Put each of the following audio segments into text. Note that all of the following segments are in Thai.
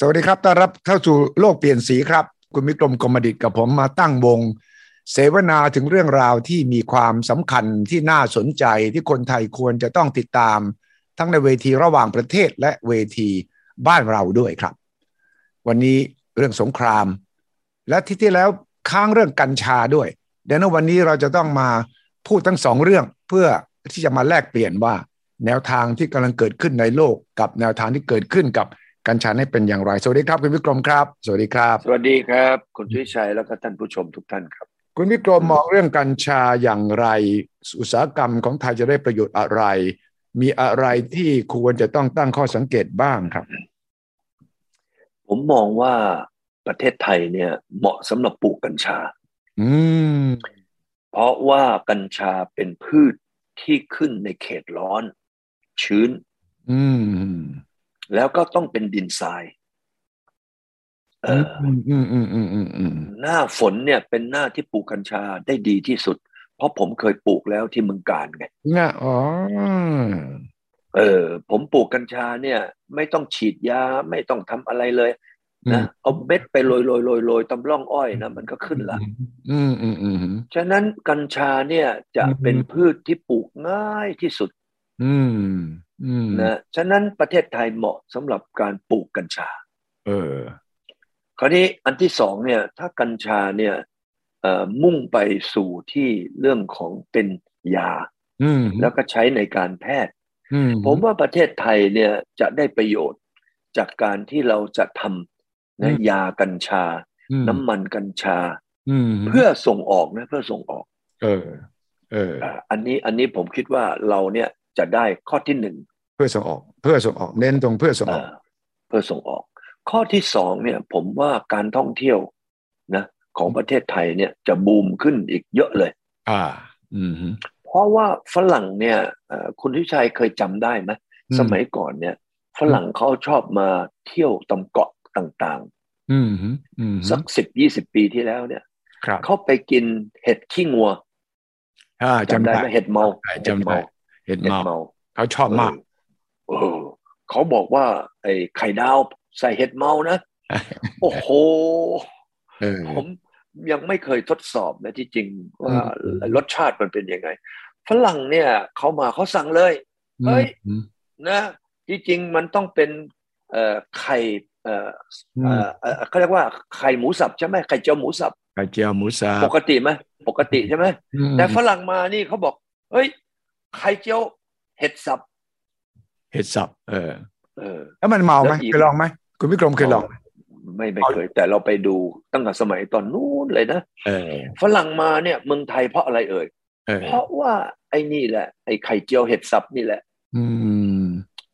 สวัสดีครับ ต้อนรับเข้าสู่โลกเปลี่ยนสีครับ คุณมิกรมกรมดิตกับผมมาตั้งวง เสวนาถึงเรื่องราวที่มีความสำคัญที่น่าสนใจที่คนไทยควรจะต้องติดตาม ทั้งในเวทีระหว่างประเทศและเวทีบ้านเราด้วยครับ วันนี้เรื่องสงคราม และที่ที่แล้วค้างเรื่องกัญชาด้วยเดี๋ยวนะวันนี้เราจะต้องมาพูดทั้งสองเรื่องเพื่อที่จะมาแลกเปลี่ยนว่า แนวทางที่กำลังเกิดขึ้นในโลกกับแนวทางที่เกิดขึ้นกับ กัญชาให้เป็นอย่างไร สวัสดีครับคุณวิกรมครับ สวัสดีครับ สวัสดีครับ คุณสุวิชัยแล้วก็ท่านผู้ชมทุกท่านครับ คุณวิกรมมองเรื่องกัญชาอย่างไร อุตสาหกรรมของไทยจะได้ประโยชน์อะไร มีอะไรที่ควรจะต้องตั้งข้อสังเกตบ้างครับ ผมมองว่าประเทศไทยเนี่ยเหมาะสำหรับปลูกกัญชา อืม เพราะว่ากัญชาเป็นพืชที่ขึ้นในเขตร้อน ชื้น อืม แล้วก็ต้องเป็นดินทรายเอ่ อื อ มอืมอืมอืมอืมอืม อหน้าฝนเนี่ยเป็นหน้าที่ปลูกกัญชาได้ดีที่สุด เพราะผมเคยปลูกแล้วที่เมืองการไง น่ะอ๋อ เออ ผมปลูกกัญชาเนี่ย ไม่ต้องฉีดยาไม่ต้องทำอะไรเลย อื นะ ม เอาเม็ดไปโรยโรยโรยโรยตำร่องอ้อยนะมันก็ขึ้นละ อืมอืมอืม ฉะนั้นกัญชาเนี่ยจะ อืม เป็นพืชที่ปลูกง่ายที่สุด อืมอืม นะ ฉะนั้นประเทศไทยเหมาะสำหรับการปลูกกัญชา เออ คราวนี้อันที่สองเนี่ยถ้ากัญชาเนี่ยเอ่อมุ่งไปสู่ที่เรื่องของเป็นยา อืม แล้วก็ใช้ในการแพทย์ อืม ผมว่าประเทศไทยเนี่ยจะได้ประโยชน์จากการที่เราจะทำนะยากัญชา อืม น้ำมันกัญชา อืม เพื่อส่งออกนะเพื่อส่งออก เออ เออ อ่าอันนี้อันนี้ผมคิดว่าเราเนี่ยจะได้ข้อที่หนึ่ง เพื่อส่งออกเพื่อส่งออกเน้นตรงเพื่อส่งออก อ่าเพื่อส่งออก ข้อที่สองเนี่ยผมว่าการท่องเที่ยวนะของประเทศไทยเนี่ยจะบูมขึ้นอีกเยอะเลย อ่า อืมฮึ เพราะว่าฝรั่งเนี่ยเอ่อคุณทิชัยเคยจำได้ไหม อืม สมัยก่อนเนี่ยฝรั่งเขาชอบมาเที่ยวตามเกาะต่าง อืมฮึอืม ๆ ฮึ สักสิบยี่สิบปีที่แล้วเนี่ย ครับ เขาไปกินเห็ดขี้งัว อ่าจำ จำได้ ได้ ไหมเห็ดเมาเห็ด จำได้ เมา เห็ด เห็ด เมา เมา เขาชอบมาก เออเออเขาบอกว่า ไอ้ไข่ดาวใส่เห็ดเมา นะ โอ้โห เออ ผมยังไม่เคยทดสอบนะที่จริงว่า อืม รสชาติมันเป็นยังไง ฝรั่งเนี่ยเขามาเขาสั่งเลย เฮ้ย อืม นะที่จริงมันต้องเป็นเอ่อไข่เอ่อ อื เอ่ ม อเอ่อเขาเรียกว่าไข่หมูสับใช่ไหมไข่เจียวหมูสับ ไข่เจียวหมูสั ป บ กติไหมปกติใช่ไหม อืม แต่ฝรั่งมานี่เขาบอก เฮ้ยไข่เจียวเห็ดสับ เห็ดสับเออ เออ แล้วมันเมาไหม แล้วอีก เคยลองไหมคุณวิกรมเคยลองไหม ไม่ไม่เคยแต่เราไปดูตั้งแต่สมัยตอนนู้นเลยนะ เออ ฝรั่งมาเนี่ยเมืองไทยเพราะอะไรเอ่ย เออ เพราะว่าไอ้นี่แหละ ไอ้ไข่เจียวเห็ดสับนี่แหละ อืม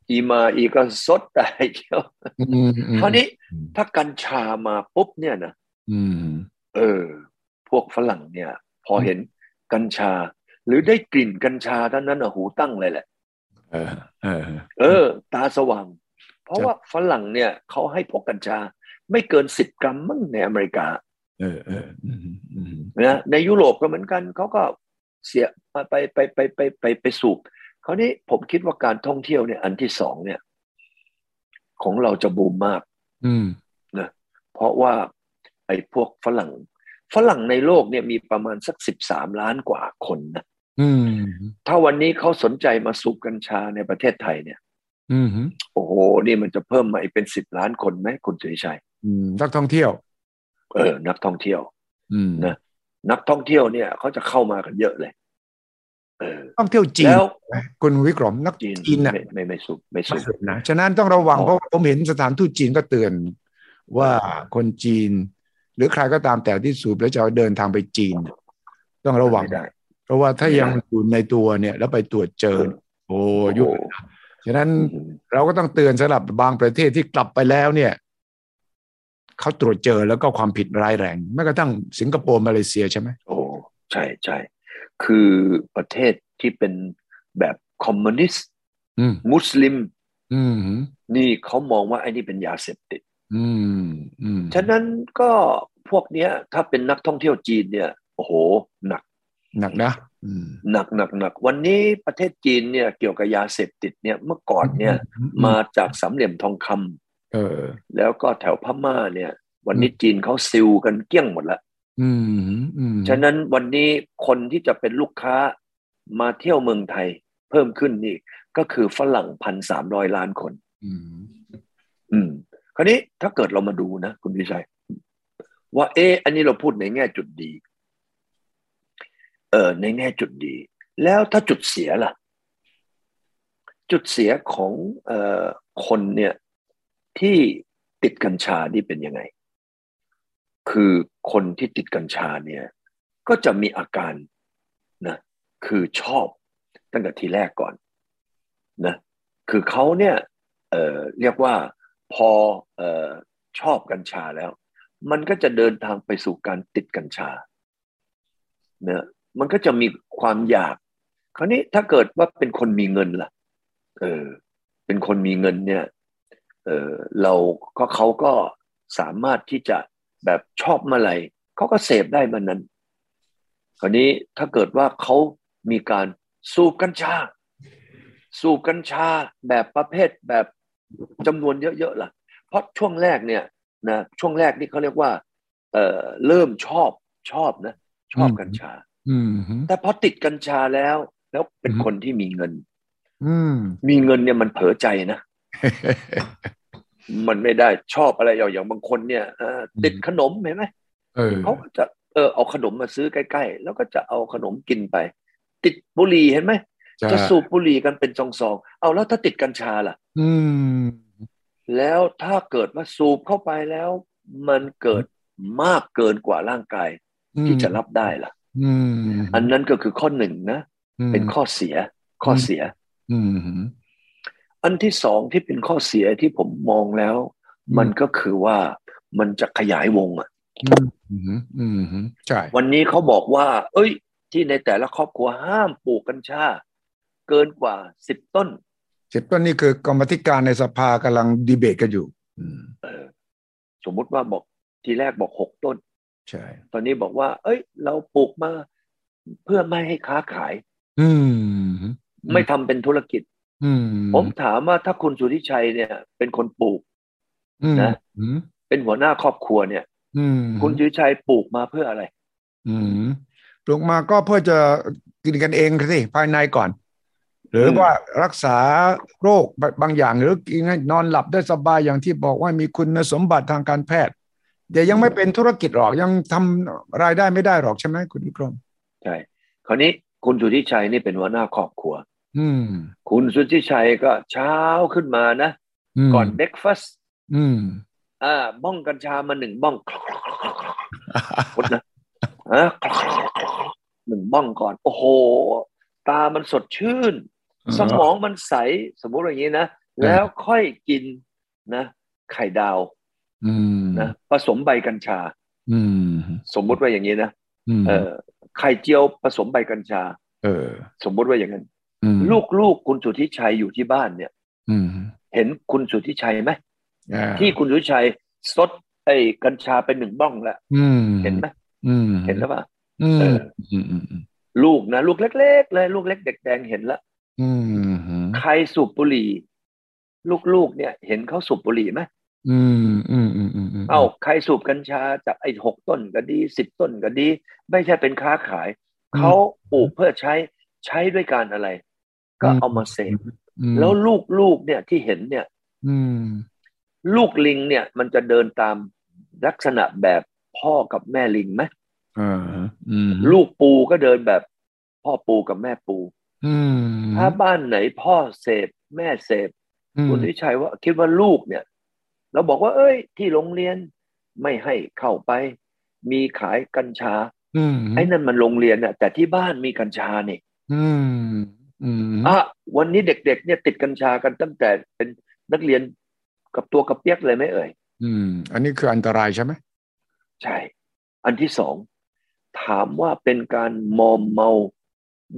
อีมาอีก็สด ไอ้เจียว อืมอืม คราวนี้ถ้ากัญชามาปุ๊บเนี่ยนะ อืม เออ พวกฝรั่งเนี่ย พอเห็นกัญชา หรือได้กลิ่นกัญชาเท่านั้นนะหูตั้งเลยแหละ เออเออ เออ ตาสว่าง เพราะ ครับ ว่าฝรั่งเนี่ยเขาให้พกกัญชา ไม่เกินสิบกรัมมั่งในอเมริกา เออเอออืมอืม นะในยุโรปก็เหมือนกันเขาก็เสียไปไปไปไปไปไปสูบคราวนี้ผมคิดว่าการท่องเที่ยวเนี่ยอันที่สองเนี่ย ของเราจะบูมมาก อืม เพราะว่าไอ้พวกฝรั่ง ฝรั่งในโลกเนี่ยมีประมาณสักสิบสามล้านกว่าคนนะ อืม ถ้าวันนี้เขาสนใจมาสูบกัญชาในประเทศไทยเนี่ย อืมฮึ โอ้โหนี่มันจะเพิ่มมาอีกเป็นสิบล้านคนไหมคุณสุริชัย อืมนักท่องเที่ยว เออนักท่องเที่ยว อืม นะ นักท่องเที่ยวเนี่ยเขาจะเข้ามากันเยอะเลย เออ ท่องเที่ยวจีน แล้ว คุณวิกรมนัก จีน จีนน่ะ ไม่ไม่ไม่สูบไม่สู ไม่ บ สุดนะฉะนั้นต้องระวังเพอ๋อราะว่าผมเห็นสถานทูตจีนก็เตือนว่าคนจีน หรือใครก็ตามแต่ที่สูบแล้วจะเดินทางไปจีน ต้องระวัง ไม่ได้ เพราะว่าถ้ายัง ไม่ได้ อยู่ในตัวเนี่ย แล้วไปตรวจเจอ โอ้ยุ่งฉะนั้น โอ้โห เราก็ต้องเตือนสำหรับบางประเทศที่กลับไปแล้วเนี่ยเขาตรวจเจอแล้วก็ความผิดร้ายแรงแม้กระทั่งสิงคโปร์มาเลเซียใช่ไหม โอ้ใช่ใช่คือประเทศที่เป็นแบบคอมมิวนิสต์ อืม มุสลิม อืม นี่เขามองว่าไอ้นี่เป็นยาเสพติด อืมอืม ฉะนั้นก็พวกเนี้ย ถ้าเป็นนักท่องเที่ยวจีนเนี่ย โอ้โห หนัก หนักนะ อืม หนักหนักหนักวันนี้ประเทศจีนเนี่ยเกี่ยวกับยาเสพติดเนี่ยเมื่อก่อนเนี่ย มาจากสามเหลี่ยมทองคำ เออ แล้วก็แถวพม่าเนี่ย วันนี้ อืม จีนเขาซิลกันเกลี้ยงหมดละ อืมอืม ฉะนั้นวันนี้คนที่จะเป็นลูกค้ามาเที่ยวเมืองไทยเพิ่มขึ้นนี่ก็คือฝรั่งพันสามร้อยล้านคน อืม อืม คราวนี้ถ้าเกิดเรามาดูนะ คุณวิชัย ว่าเอออันนี้เราพูดในแง่จุดดี เออในแง่จุดดี แล้วถ้าจุดเสียล่ะ จุดเสียของเอ่อคนเนี่ย ที่ติดกัญชานี่เป็นยังไง คือคนที่ติดกัญชาเนี่ย ก็จะมีอาการนะ คือชอบตั้งแต่ทีแรกก่อน นะ คือเขาเนี่ย เอ่อเรียกว่าพอเอ่อชอบกัญชาแล้ว มันก็จะเดินทางไปสู่การติดกัญชาเนะมันก็จะมีความอยาก คราวนี้ถ้าเกิดว่าเป็นคนมีเงินล่ะเออเป็นคนมีเงินเนี่ยเออเราก็เขาก็สามารถที่จะแบบชอบเมื่อไหร่เขาก็เสพได้เมันนั้น คราวนี้ถ้าเกิดว่าเขามีการสูบกัญชา สูบกัญชาแบบประเภทแบบจำนวนเยอะๆล่ะ เพราะช่วงแรกเนี่ยนะช่วงแรกนี่เขาเรียกว่าเอ่อเริ่มชอบชอบนะ ชอบกัญชา อืม แต่พอติดกัญชาแล้ว แล้วเป็นคนที่มีเงิน อืม มีเงินเนี่ยมันเผลอใจนะ มันไม่ได้ชอบอะไรอย่างอย่างบางคนเนี่ยเอ่อติดขนมเห็นไหม เออ เขาก็จะเออเอาขนมมาซื้อใกล้ๆ แล้วก็จะเอาขนมกินไป ติดบุหรี่เห็นไหม จะสูบบุหรี่กันเป็นซองๆ เอาแล้วถ้าติดกัญชาล่ะ อืม แล้วถ้าเกิดว่าสูบเข้าไปแล้ว มันเกิดมากเกินกว่าร่างกายที่จะรับได้ล่ะ อืม อันนั้นก็คือข้อหนึ่งนะ ม เป็นข้อเสียข้อเสีย อืม อันที่สองที่เป็นข้อเสียที่ผมมองแล้ว อืม มันก็คือว่ามันจะขยายวงอะ อืมอืมอืมใช่ วันนี้เขาบอกว่า เอ้ย ที่ในแต่ละครอบครัวห้ามปลูกกัญชา เกินกว่าสิบต้น สิบต้นนี่คือกรรมธิการในสภากำลังดีเบตกันอยู่ อืม เออ สมมุติว่าบอกทีแรกบอกหกต้น ใช่ ตอนนี้บอกว่า เอ้ย เราปลูกมาเพื่อไม่ให้ค้าขาย อืม อืม ไม่ทำเป็นธุรกิจ อืม ผมถามว่าถ้าคุณสุทธิชัยเนี่ย เป็นคนปลูก อืม นะ อืม เป็นหัวหน้าครอบครัวเนี่ย อืม คุณสุทธิชัยปลูกมาเพื่ออะไร อืมปลูกมาก็เพื่อจะกินกันเองสิภายในก่อน หรือ ม ว่ารักษาโรคบางอย่างหรือกินให้นอนหลับได้สบายอย่างที่บอกว่ามีคุณสมบัติทางการแพทย์แต่ยังไม่เป็นธุรกิจหรอกยังทำรายได้ไม่ได้หรอกใช่ไหมคุณวิกรม ใช่คราวนี้คุณสุทธิชัยนี่เป็นหัวหน้าครอบครัว อืม คุณสุทธิชัยก็เช้าขึ้นมานะ ม ก่อนเบรกฟาสต์ อืม อ่าบ้องกัญชามาหนึ่งบ้องพุดนะอ่ะหนึ่งบ้องก่อน โอ้โห ตามันสดชื่น สมองมันใสสมมุติว่าอย่างนี้นะ แล้วค่อยกินนะ ไข่ดาว อืม นะผสมใบกัญชา อืม สมมุติว่าอย่างนี้นะ อืม เออไข่เจียวผสมใบกัญชา เออ สมมุติว่าอย่างนั้น อืม ลูกๆคุณสุทธิชัยอยู่ที่บ้านเนี่ย อืม เห็นคุณสุทธิชัยไหม อ่า ที่คุณสุทธิชัยซดไอ้กัญชาเป็นหนึ่งบ้องแล้ว อืม เห็นไหม อืม เห็นแล้วป่ะ อืม เออ อืมอืมอืม ลูกนะลูกเล็ก ๆ เลยลูกเล็กเด็กแดงเห็นละ อืม ใครสูบบุหรี่ลูกๆเนี่ย เห็นเขาสูบบุหรี่ไหม อืมอืมอืมอืมม เอาใครสูบกัญชาจากไอ้หกต้นก็ดีสิบต้นก็ดี ไม่ใช่เป็นค้าขาย เขาปลูกเพื่อใช้ใช้ด้วยการอะไร ก็เอามาเสพ อืม แล้วลูกลูกเนี่ยที่เห็นเนี่ย อืม ลูกลิงเนี่ย มันจะเดินตามลักษณะแบบพ่อกับแม่ลิงไหม อ่าอืม ลูกปูก็เดินแบบพ่อปูกับแม่ปู อืม ถ้าบ้านไหนพ่อเสพแม่เสพ อืม คุณวิชัยว่าคิดว่าลูกเนี่ย เราบอกว่า เอ้ย ที่โรงเรียนไม่ให้เข้าไป มีขายกัญชา อืม ไอ้นั่นมันโรงเรียนน่ะแต่ที่บ้านมีกัญชาเนี่ย อืมอืม อ่ะวันนี้เด็กๆเนี่ยติดกัญชากันตั้งแต่เป็นนักเรียนกับตัวกระเปียกเลยไหมเอ่ย อืมอันนี้คืออันตรายใช่ไหม ใช่ อันที่สองถามว่าเป็นการมอมเมา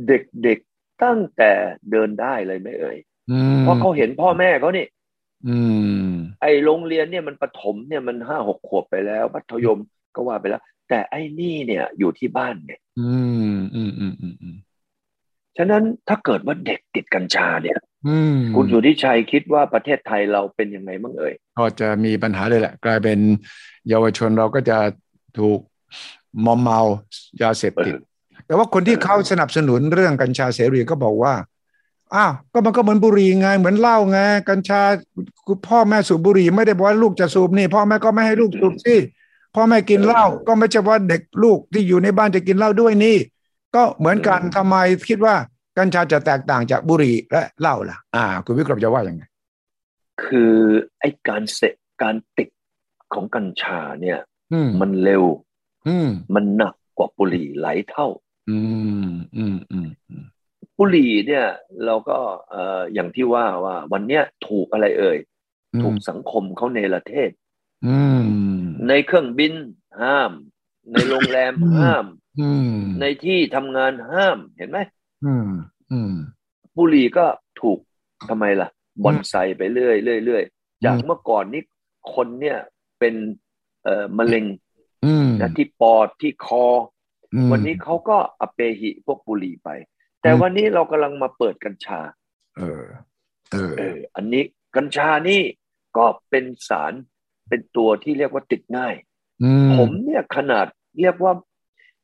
เด็กๆตั้งแต่เดินได้เลยไหมเอ่ย อืม เพราะเขาเห็นพ่อแม่เขานี่ อืม ไอ้โรงเรียนเนี่ยมันประถมเนี่ยมันห้าหกขวบไปแล้วมัธยมก็ว่าไปแล้ว แต่ไอ้นี่เนี่ยอยู่ที่บ้านไง อืมอืมอืมอืมอืม ฉะนั้นถ้าเกิดว่าเด็กติดกัญชาเนี่ย อืม คุณสุทธิชัยคิดว่าประเทศไทยเราเป็นยังไงบ้างเอ่ย ก็จะมีปัญหาเลยแหละ กลายเป็นเยาวชนเราก็จะถูกมอมเมายาเสพติด แต่ว่าคนที่ เออ เขาสนับสนุนเรื่องกัญชาเสรีก็บอกว่า อ้าว ก็มันก็เหมือนบุหรี่ไง เหมือนเหล้าไง กัญชาคุณพ่อแม่สูบบุหรี่ไม่ได้บอกว่าลูกจะสูบนี่ พ่อแม่ก็ไม่ให้ลูกสูบสิ พ่อแม่กินเหล้าก็ไม่ใช่ว่าเด็กลูกที่อยู่ในบ้านจะกินเหล้าด้วยนี่ ก็เหมือนกันทำไมคิดว่ากัญชาจะแตกต่างจากบุหรี่และเหล้าล่ะ อ่า คุณวิกรมจะว่ายังไง คือไอ้การเสพการติดของกัญชาเนี่ย อืม มันเร็ว อืม มันหนักกว่าบุหรี่หลายเท่า อืมอืมอืมอืม บุหรี่เนี่ยเราก็เอ่ออย่างที่ว่าว่าวันเนี้ยถูกอะไรเอ่ย ถูกสังคมเขาในประเทศ อืม ในเครื่องบินห้าม ในโรงแรม อืม ห้าม อืม ในที่ทำงานห้ามเห็นไหม อืมอืม บุหรี่ก็ถูกทำไมล่ะบอนไซไปเรื่อยเรื่อยเรื่อยจาก อืม เมื่อก่อนนี่คนเนี่ยเป็นเอ่อมะเร็ง อืม นะที่ปอดที่คอ อืม วันนี้เขาก็อเปหิพวกบุหรี่ไป แต่วันนี้เรากำลังมาเปิดกัญชา เออ เออ เออ อันนี้กัญชานี่ก็เป็นสารเป็นตัวที่เรียกว่าติดง่าย อืม ผมเนี่ยขนาดเรียกว่า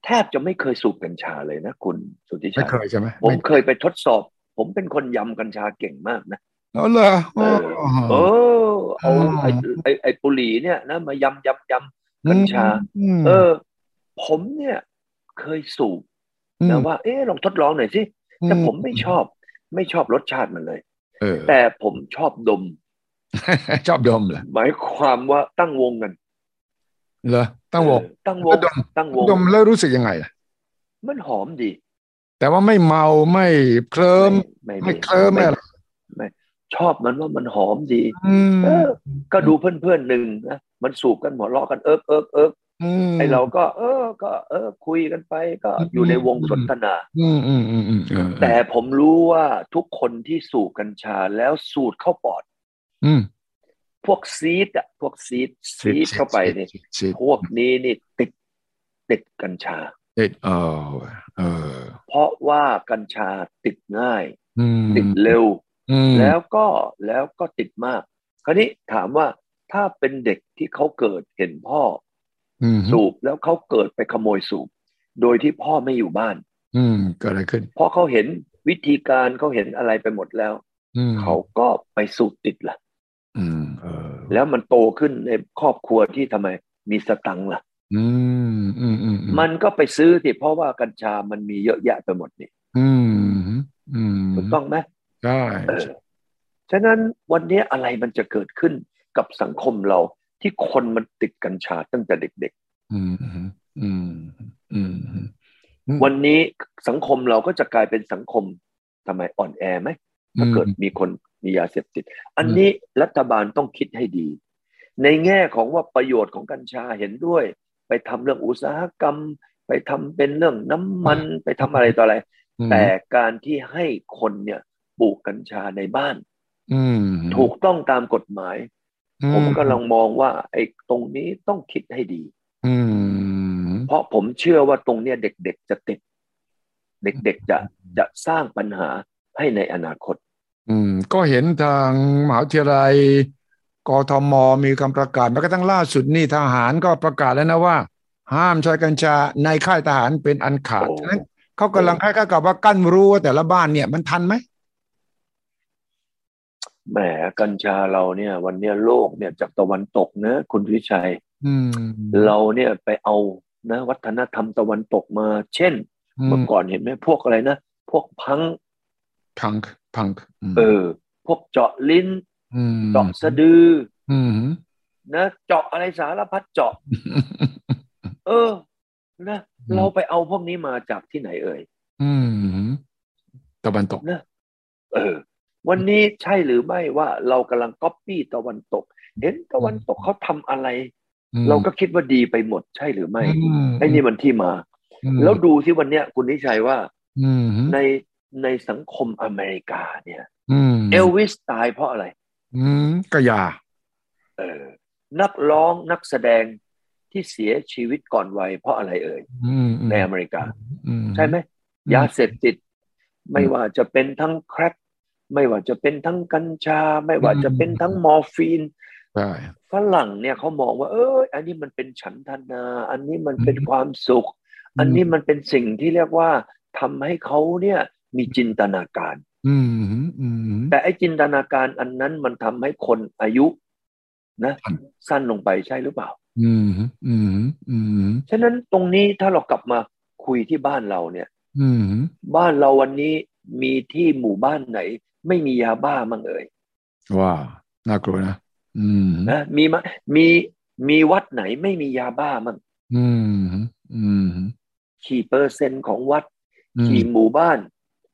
แทบจะไม่เคยสูบกัญชาเลยนะคุณสุทธิ ไม่ ชัย เคยใช่ไหม ผม ไม่ เคยไปทดสอบ ผมเป็นคนยำกัญชาเก่งมากนะ เอาเหรอ เออ อ๋อ เออเอา อ๋อ ไอ้ไอ้ไอ้ปุหรีเนี่ยนะมายำยำยำกัญชา อืม เออ ผมเนี่ยเคยสูบแต่ว่า เออลองทดลองหน่อยสิแต่ผมไม่ชอบ ไม่ชอบรสชาติมันเลย เออ แต่ผมชอบดม ชอบดมเหรอ หมายความว่าตั้งวงกัน เหรอตั้งวง เออตั้งวง แล้วดม ตั้งวง ดมแล้วรู้สึกยังไงล่ะ มันหอมดี แต่ว่าไม่เมาไม่เคลิ้ม ไม่ ไม่เคลิ้มไม่อะไร ชอบมันว่ามันหอมดี อืม เออ ก็ดูเพื่อนๆหนึ่งนะ มันสูบกันหัวเราะกันเอิกเอิกเอิก ม ไอเราก็ เออ ก็ เออ คุยกันไป ก็ อืม อยู่ในวงสนทนา อืมอืมอืมอืมเออเออ แต่ผมรู้ว่าทุกคนที่สูบกัญชาแล้วสูดเข้าปอด อืม พวกซีดอะพวกซีดซีดเข้าไปนี่ ฉีดฉีด พวกนี้นี่ติดติดกัญชา ฉีดเออเออ เพราะว่ากัญชาติดง่าย อืม ติดเร็ว อืม แล้วก็แล้วก็ติดมาก คราวนี้ถามว่าถ้าเป็นเด็กที่เขาเกิดเห็นพ่อ อืม อสูบแล้วเขาเกิดไปขโมยสูบ โดยที่พ่อไม่อยู่บ้าน อืมเกิดอะไรขึ้น เพราะเขาเห็นวิธีการเขาเห็นอะไรไปหมดแล้ว อืม เขาก็ไปสูบติดละ่ะ อืมเออ แล้วมันโตขึ้นในครอบครัวที่ทำไมมีสตังค์ล่ะ อืมอืมอืมอืม มันก็ไปซื้อสิเพราะว่ากัญชามันมีเยอะแยะไปหมดนี่ อืมอืม ถูกต้องไหม ใช่ เออฉะนั้นวันนี้อะไรมันจะเกิดขึ้นกับสังคมเราที่คนมันติดกัญชาตั้งแต่เด็ก ๆ อืมอืมอืมอืมอืม วันนี้สังคมเราก็จะกลายเป็นสังคมทำไมอ่อนแอไหมถ้าเกิดมีคนมียาเสพติด อันนี้รัฐบาลต้องคิดให้ดี ในแง่ของว่าประโยชน์ของกัญชาเห็นด้วย ไปทำเรื่องอุตสาหกรรม ไปทำเป็นเรื่องน้ำมันไปทำอะไรต่ออะไร อืม แต่การที่ให้คนเนี่ยปลูกกัญชาในบ้าน อืม ถูกต้องตามกฎหมาย อื ผมกำลังมองว่าไอ้ตรงนี้ต้องคิดให้ดี อืม เพราะผมเชื่อว่าตรงเนี้ยเด็กๆจะติด เด็กๆจะจะสร้างปัญหาให้ในอนาคต อืมก็เห็นทางมหาวิทยาลัยกทมมีคำประกาศแม้กระทั่งล่าสุดนี่ทหารก็ประกาศแล้วนะว่า ห้ามใช้กัญชาในค่ายทหารเป็นอันขาด โอ้ ฉะนั้นเขากำลังคล้ายๆกับว่ากั้นรั้วแต่ละบ้านเนี่ยมันทันไหม แหมกัญชาเราเนี่ย วันเนี้ยโลกเนี่ยจากตะวันตกนะคุณวิชัย อืม เราเนี่ยไปเอานะวัฒนธรรมตะวันตกมา เช่น เมื่อก่อนเห็นไหมพวกอะไรนะพวกพังก์ พังพัง เออ พวกเจาะลิ้น ม เจาะสะดือ อืม นะเจาะอะไรสารพัดเจาะ เออนะเราไปเอาพวกนี้มาจากที่ไหนเอ่ย อืมตะวันตก เออ วันนี้ใช่หรือไม่ว่าเรากำลังก๊อปปี้ตะวันตก เห็นตะวันตกเขาทำอะไร อืม เราก็คิดว่าดีไปหมดใช่หรือไม่ อืม ไอ้นี่มันที่มา อืม แล้วดูที่วันเนี้ยคุณนิชัยว่า อืม ในในสังคมอเมริกาเนี่ย อืม เอลวิสตายเพราะอะไร อืมก็ยา เออ นักร้องนักแสดงที่เสียชีวิตก่อนวัยเพราะอะไรเอ่ย อืม ในอเมริกา อื ใช่ไหม อืม ยาเสพติด ไม่ว่าจะเป็นทั้งแคร็ก ไม่ว่าจะเป็นทั้งกัญชา ไม่ว่าจะเป็นทั้งมอร์ฟีน ใช่ ฝรั่งเนี่ยเขามองว่า เอออันนี้มันเป็นฉันทนา อันนี้มันเป็น อืม ความสุข อันนี้มันเป็นสิ่งที่เรียกว่าทำให้เขาเนี่ยมีจินตนาการ อืมอืมอืม แต่ไอ้จินตนาการอันนั้นมันทำให้คนอายุนะ สั้น สั้นลงไปใช่หรือเปล่า อืมอืมอืม ฉะนั้นตรงนี้ถ้าเรากลับมาคุยที่บ้านเราเนี่ย อืม บ้านเราวันนี้มีที่หมู่บ้านไหน ไม่มียาบ้ามั้งเอ่ย ว้าวน่ากลัวนะอืม นะมีมะมีมีวัดไหนไม่มียาบ้ามั้ง อืมอืม ขี่เปอร์เซ็นต์ของวัด อืม กี่หมู่บ้าน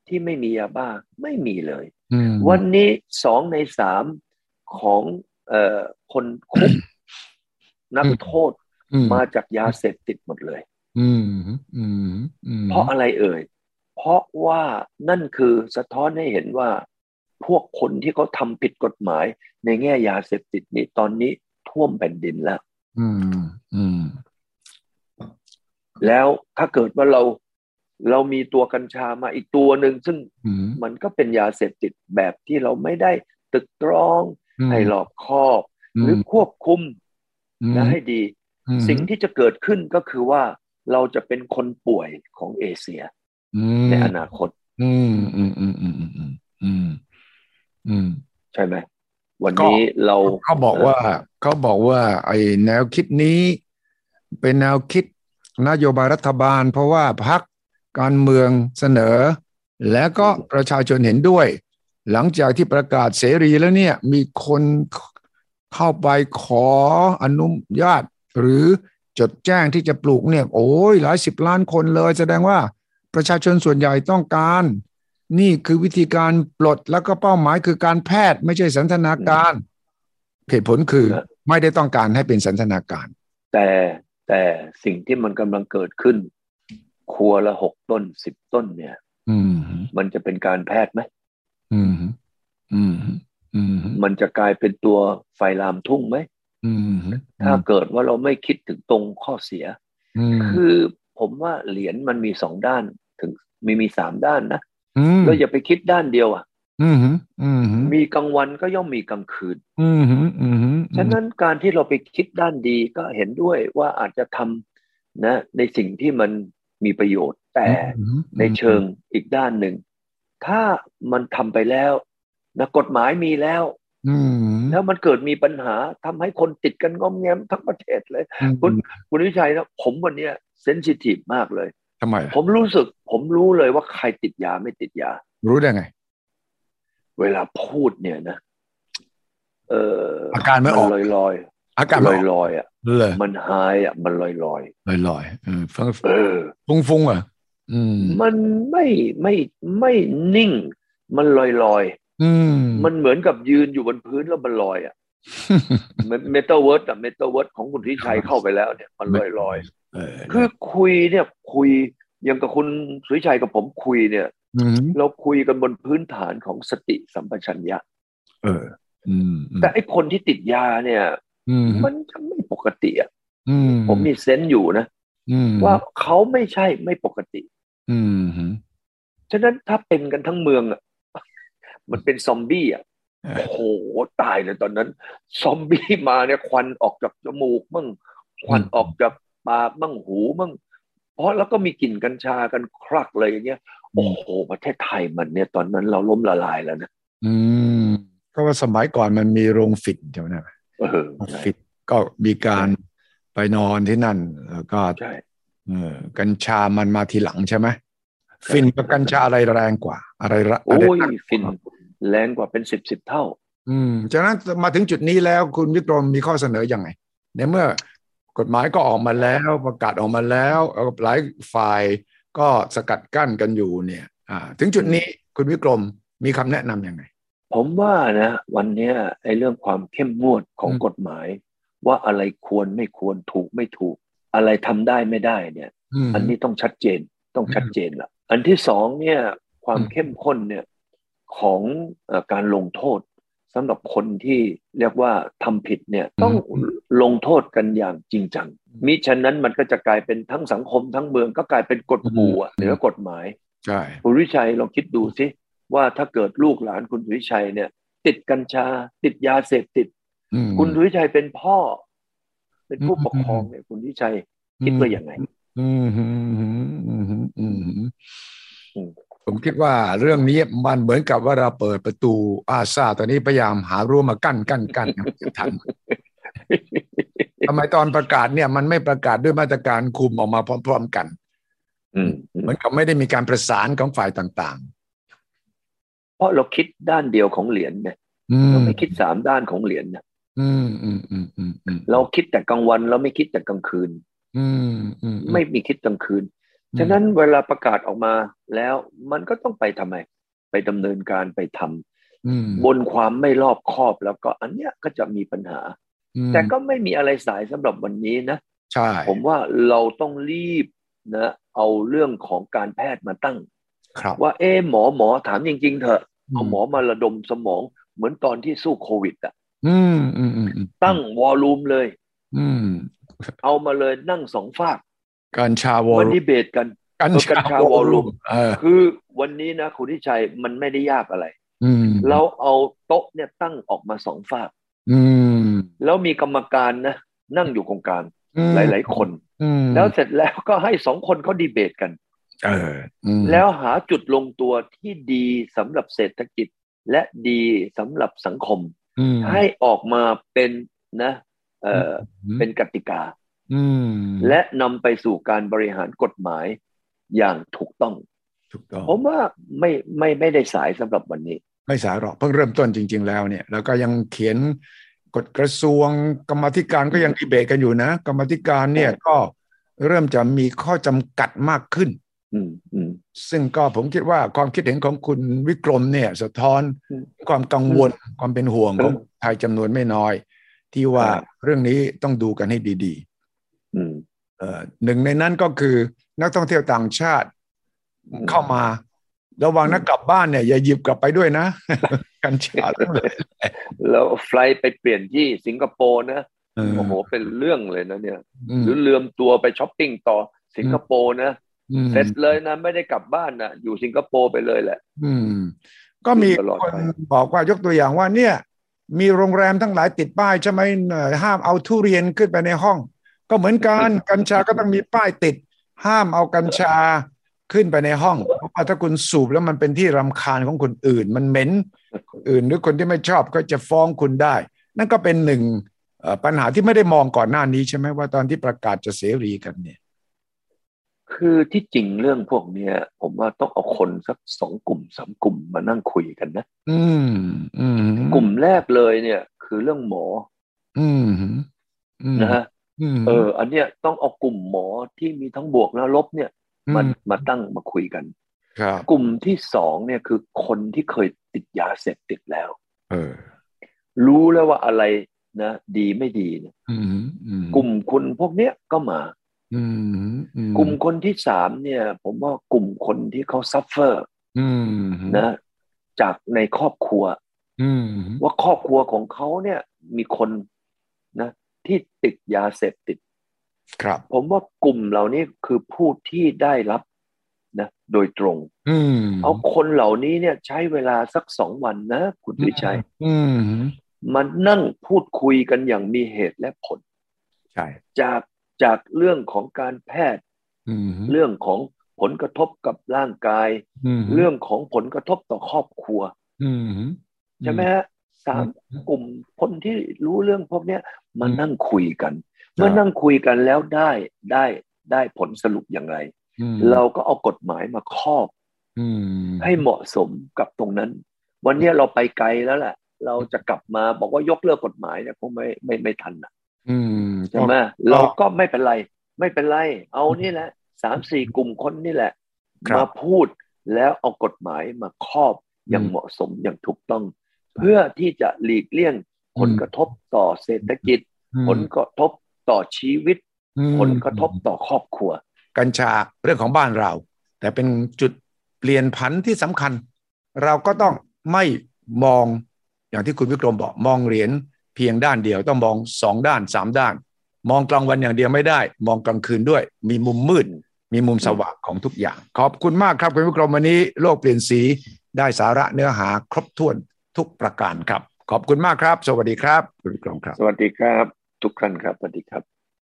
ที่ไม่มียาบ้าไม่มีเลย อืม วันนี้สองในสามของเอ่อคนคุ กนักโทษ อืม มาจากยาเสพติดหมดเลย อืมอืมอืม เพราะอะไรเอ่ย เพราะว่านั่นคือสะท้อนให้เห็นว่า พวกคนที่เขาทำผิดกฎหมาย ในแง่ยาเสพติดนี้ตอนนี้ท่วมแผ่นดินแล้ว อืมอืม แล้วถ้าเกิดว่าเราเรามีตัวกัญชามาอีกตัวหนึ่งซึ่ง อืม มันก็เป็นยาเสพติดแบบที่เราไม่ได้ตรึกตรอง ให้รอบคอบหรือควบคุมนะให้ดี สิ่งที่จะเกิดขึ้นก็คือว่าเราจะเป็นคนป่วยของเอเชียในอนาคต อืมอืมอืมอืมอืมอืมอืม ใช่ไหมวัน ก็ นี้เรา เขาบอกว่าเขาบอกว่าไอ้แนวคิดนี้ เป็นแนวคิดนโยบายรัฐบาล เพราะว่าพรรคการเมืองเสนอ และก็ประชาชนเห็นด้วย หลังจากที่ประกาศเสรีแล้วเนี่ย มีคนเข้าไปขออนุญาต หรือจดแจ้งที่จะปลูกเนี่ย โอ้ยหลายสิบล้านคนเลย แสดงว่าประชาชนส่วนใหญ่ต้องการ นี่คือวิธีการปลดแล้วก็เป้าหมายคือการแพทย์ไม่ใช่สันทนาการเหตุผลคือ ครับ ไม่ได้ต้องการให้เป็นสันทนาการ แต่แต่สิ่งที่มันกำลังเกิดขึ้น ครัวละหกต้นสิบต้นเนี่ย อืม มันจะเป็นการแพทย์ไหม อืม อืม อืม มันจะกลายเป็นตัวไฟลามทุ่งไหม อืม ถ้าเกิดว่าเราไม่คิดถึงตรงข้อเสีย อืม คือผมว่าเหรียญมันมีสองด้านถึงมีมีสามด้านนะ อืม เราอย่าไปคิดด้านเดียวอ่ะ อืมอืม มีกลางวันก็ย่อมมีกลางคืน อืมอืม ฉะนั้นการที่เราไปคิดด้านดีก็เห็นด้วยว่าอาจจะทำนะในสิ่งที่มันมีประโยชน์ แต่ในเชิงอีกด้านหนึ่ง ถ้ามันทำไปแล้วนะกฎหมายมีแล้ว อืม แล้วมันเกิดมีปัญหาทำให้คนติดกันงอมแงมทั้งประเทศเลย คุณวิชัยนะผมวันเนี้ยเซนซิทีฟมากเลย ทำไม ผมรู้สึก ผมรู้เลยว่าใครติดยาไม่ติดยา รู้ได้ไง เวลาพูดเนี่ยนะ เออ อาการไม่ออก ลอยลอย อา ๆ กาศ ล มั อน ยลอยๆอ่ะ เลย มันหายอ่ะ มันลอยลอย ลอยลอยเออฟัง ๆเออ ฟุ้งฟุ้งอ่ะอืม มันไม่ไม่ไม่นิ่ง มันลอยลอย อืม ๆมันเหมือนกับยืนอยู่บนพื้นแล้วมันลอย อ่ะเมตาเวิร์ดอ่ะเมตาเวิร์ดของคุณทิชัยเข้าไปแล้วเนี่ย มันลอยลอย เออ ๆคือคุยเนี่ย คุยอย่างกับคุณสุวิชัยกับผมคุยเนี่ย อืม เราคุยกันบนพื้นฐานของสติสัมปชัญญะ เออ อืมอืม แต่ไอ้คนที่ติดยาเนี่ย อืม มันจะไม่ปกติอ่ะ อืม ผมมีเซนส์อยู่นะ อืม ว่าเขาไม่ใช่ไม่ปกติ อืม ฉะนั้นถ้าเป็นกันทั้งเมืองอ่ะ มันเป็นซอมบี้อ่ะ เออ โอ้โหตายเลยตอนนั้น ซอมบี้มาเนี่ยควันออกจากจมูกมั่งควันออกจากปากมั่งหูมั่งเพราะแล้วก็มีกลิ่นกัญชากันคลักเลยอย่างเงี้ยโอ้โหประเทศไทยมันเนี่ยตอนนั้นเราล้มละลายแล้วนะ อืมก็ว่าสมัยก่อนมันมีโรงฝิ่นใช่ไหมนะ เออ ออฟ ใช่ ฟิศก็มีการไปนอนที่นั่น แล้วก็ ใช่ เออกัญชามันมาทีหลังใช่ไหม ใช่ ฟินกับกัญชาอะไรแรงกว่า อะไรละ โอ้ะยไร ฟินแรงกว่าเป็นสิบสิบเท่า อืมฉะนั้นมาถึงจุดนี้แล้วคุณวิกรมมีข้อเสนอยังไง ในเมื่อกฎหมายก็ออกมาแล้วประกาศออกมาแล้วเอ่อหลายฝ่ายก็สกัดกั้นกันอยู่เนี่ย อ่า ถึงจุดนี้คุณวิกรมมีคำแนะนำยังไง ผมว่านะวันเนี้ยไอ้เรื่องความเข้มงวดของ อืม กฎหมาย ว่าอะไรควรไม่ควรถูกไม่ถูก อะไรทำได้ไม่ได้เนี่ย ม อันนี้ต้องชัดเจนต้อง อืม ชัดเจนละอันที่สองเนี่ยความ อืม เข้มข้นเนี่ยของเอ่อการลงโทษสำหรับคนที่เรียกว่าทำผิดเนี่ยต้องลงโทษกันอย่างจริงจังมิฉะนั้นมันก็จะกลายเป็นทั้งสังคมทั้งเมืองก็กลายเป็นกฎหมู่อะเหนือกฎหมาย ใช่ คุณวิชัยลองคิดดูสิ ว่าถ้าเกิดลูกหลานคุณสุวิชัยเนี่ย ติดกัญชา ติดยาเสพติด อืม คุณสุวิชัยเป็นพ่อ เป็นผู้ปกครอง อืม เนี่ยคุณสุวิชัยคิดว่าอย่างไง อืมอืมอืมอืมอืม อืม ผมคิดว่าเรื่องนี้มันเหมือนกับว่าเราเปิดประตูอาซาตอนนี้พยายามหารั้วมากั้นกั้นกั้นจะทัน ทำไมตอนประกาศเนี่ย มันไม่ประกาศด้วยมาตรการคุมออกมาพร้อม ๆ กัน อืม เหมือนกับไม่ได้มีการประสานของฝ่ายต่าง เพราะเราคิดด้านเดียวของเหรียญเนี่ย ๆ อืม เราไม่คิดสามด้านของเหรียญนะ อืมอืมอืมอืมอืม เราคิดแต่กลางวันเราไม่คิดแต่กลางคืน อืมอืม ไม่มีคิดกลางคืน ฉะนั้นเวลาประกาศออกมาแล้วมันก็ต้องไปทำไม ไปดำเนินการไปทำ อืม บนความไม่รอบคอบแล้วก็อันเนี้ยก็จะมีปัญหา อืม แต่ก็ไม่มีอะไรสายสำหรับวันนี้นะ ใช่ ผมว่าเราต้องรีบนะเอาเรื่องของการแพทย์มาตั้ง ครับ ว่าเอ๊ะหมอหมอถามจริง ๆ เถอะเอาหมอมาระดมสมองเหมือนตอนที่สู้โควิดอะ อืมอืมอืมอืม ตั้งวอลลุ่มเลย อืม เอามาเลยนั่งสองฝาก กัญชาวอล มา ลุ่ม ดีเบตกัน กัญ กัญชาวอลลุ่ม เออ คือวันนี้นะคุณทิชัยมันไม่ได้ยากอะไร อืม เราเอาโต๊ะเนี่ยตั้งออกมาสองฝาก อืม แล้วมีกรรมการนะนั่งอยู่ตรงกลาง อืม หลาย ๆ คน อืม แล้วเสร็จแล้วก็ให้สองคนเขาดีเบตกัน เอออืม แล้วหาจุดลงตัวที่ดีสำหรับเศรษฐกิจและดีสำหรับสังคม อืม ให้ออกมาเป็นนะเอ่ออเป็นกติกา อืม และนำไปสู่การบริหารกฎหมายอย่างถูกต้อง ถูกต้อง ผมว่าไม่ไม่ไม่ได้สายสำหรับวันนี้ ไม่สายหรอกเพิ่งเริ่มต้นจริง ๆ แล้วเนี่ย แล้วก็ยังเขียนกฎกระทรวงกรรมาธิการก็ยังดีเบตกันอยู่นะ กรรมาธิการเนี่ย ใช่ ก็เริ่มจะมีข้อจำกัดมากขึ้น อืมอืม ซึ่งก็ผมคิดว่าความคิดเห็นของคุณวิกรมเนี่ย สะท้อน อืม ความกังวลความเป็นห่วงของ อืม ไทยจำนวนไม่น้อย ที่ว่า ครับ เรื่องนี้ต้องดูกันให้ดีๆ อืม เอ่อหนึ่งในนั้นก็คือนักท่องเที่ยวต่างชาติ อืม เข้ามา ระวังนะ อืม กลับบ้านเนี่ยอย่าหยิบกลับไปด้วยนะ กัญชาทั้งหลาย แล้วไฟล์ไปเปลี่ยนที่สิงคโปร์นะ เออ โอ้โห เป็นเรื่องเลยนะเนี่ย อืม หรือเลื่อมตัวไปช้อปปิ้งต่อสิงคโปร์นะ อืม เสร็จเลยนะ ไม่ได้กลับบ้านนะอยู่สิงคโปร์ไปเลยแหละ อืมก็มี ตลอด คน ไป บอกว่ายกตัวอย่างว่าเนี่ย มีโรงแรมทั้งหลายติดป้ายใช่ไหมเอ่อห้ามเอาทุเรียนขึ้นไปในห้อง ก็เหมือน กันกัญชาก็ต้องมีป้ายติด ห้ามเอากัญชาขึ้นไปในห้องเพราะว่าถ้าคุณสูบแล้วมันเป็นที่รำคาญของคนอื่น มันเหม็ น คนอื่นหรือคนที่ไม่ชอบก็จะฟ้องคุณได้ นั่นก็เป็นหนึ่งเอ่อปัญหาที่ไม่ได้มองก่อนหน้านี้ใช่ไหมว่าตอนที่ประกาศจะเสรีกันเนี่ย คือที่จริงเรื่องพวกเนี้ย ผมว่าต้องเอาคนสักสองกลุ่มสามกลุ่มมานั่งคุยกันนะ อืม อืม กลุ่มแรกเลยเนี่ย คือเรื่องหมอ อืมอื อ ม นะฮะ อืม เออ อันเนี้ยต้องเอากลุ่มหมอที่มีทั้งบวกและลบเนี่ยมามาตั้งมาคุยกัน ครับ กลุ่มที่สองเนี่ยคือคนที่เคยติดยาเสพติดแล้ว เออ รู้แล้วว่าอะไรนะดีไม่ดีเนี่ย อืมอืม กลุ่มคนพวกเนี้ยก็มา อืมอืม กลุ่มคนที่สามเนี่ย ผมว่ากลุ่มคนที่เขาซัฟเฟอร์ อืม นะจากในครอบครัว อืม ว่าครอบครัวของเขาเนี่ยมีคนนะที่ติดยาเสพติด ครับ ผมว่ากลุ่มเหล่านี้คือผู้ที่ได้รับนะโดยตรง อืม เอาคนเหล่านี้เนี่ยใช้เวลาสักสองวันนะ คุณวิชัย อืม มันนั่งพูดคุยกันอย่างมีเหตุและผล ใช่ จากจากเรื่องของการแพทย์ อืม เรื่องของผลกระทบกับร่างกาย ม เรื่องของผลกระทบต่อครอบครัว อืม ใช่ไหมฮะสามกลุ่มคนที่รู้เรื่องพวกเนี้ยมา อืม นั่งคุยกัน ครับ เมื่อนั่งคุยกันแล้วได้ได้ได้ผลสรุปอย่างไร อืม เราก็เอากฎหมายมาครอบ อืม ให้เหมาะสมกับตรงนั้น วันเนี้ยเราไปไกลแล้วแหละ เราจะกลับมาบอกว่ายกเลิกกฎหมายเนี่ยคงไม่ไม่ไม่ทันนะ อืม ใช่ไหมเราก็ไม่เป็นไร ไม่เป็นไร เอานี่แหละสามสี่กลุ่มคนนี่แหละ ครับ มาพูดแล้วเอากฎหมายมาครอบอย่าง อืม เหมาะสมอย่างถูกต้อง เพื่อที่จะหลีกเลี่ยง ผลกระทบต่อเศรษฐกิจ อืม ผลกระทบต่อชีวิต อืม ผลกระทบต่อครอบครัว กัญชาเรื่องของบ้านเรา แต่เป็นจุดเปลี่ยนผันที่สำคัญ เราก็ต้องไม่มองอย่างที่คุณวิกรมบอกมองเหรียญเพียงด้านเดียวต้องมองสองด้านสามด้าน มองกลางวันอย่างเดียวไม่ได้ มองกลางคืนด้วย มีมุมมืด มีมุมสว่างของทุกอย่าง ขอบคุณมากครับคุณวิกรมวันนี้โลกเปลี่ยนสี ได้สาระเนื้อหาครบถ้วนทุกประการครับ ขอบคุณมากครับ สวัสดีครับ คุณวิกรมครับ สวัสดีครับ ทุกท่านครับสวัสดีครับ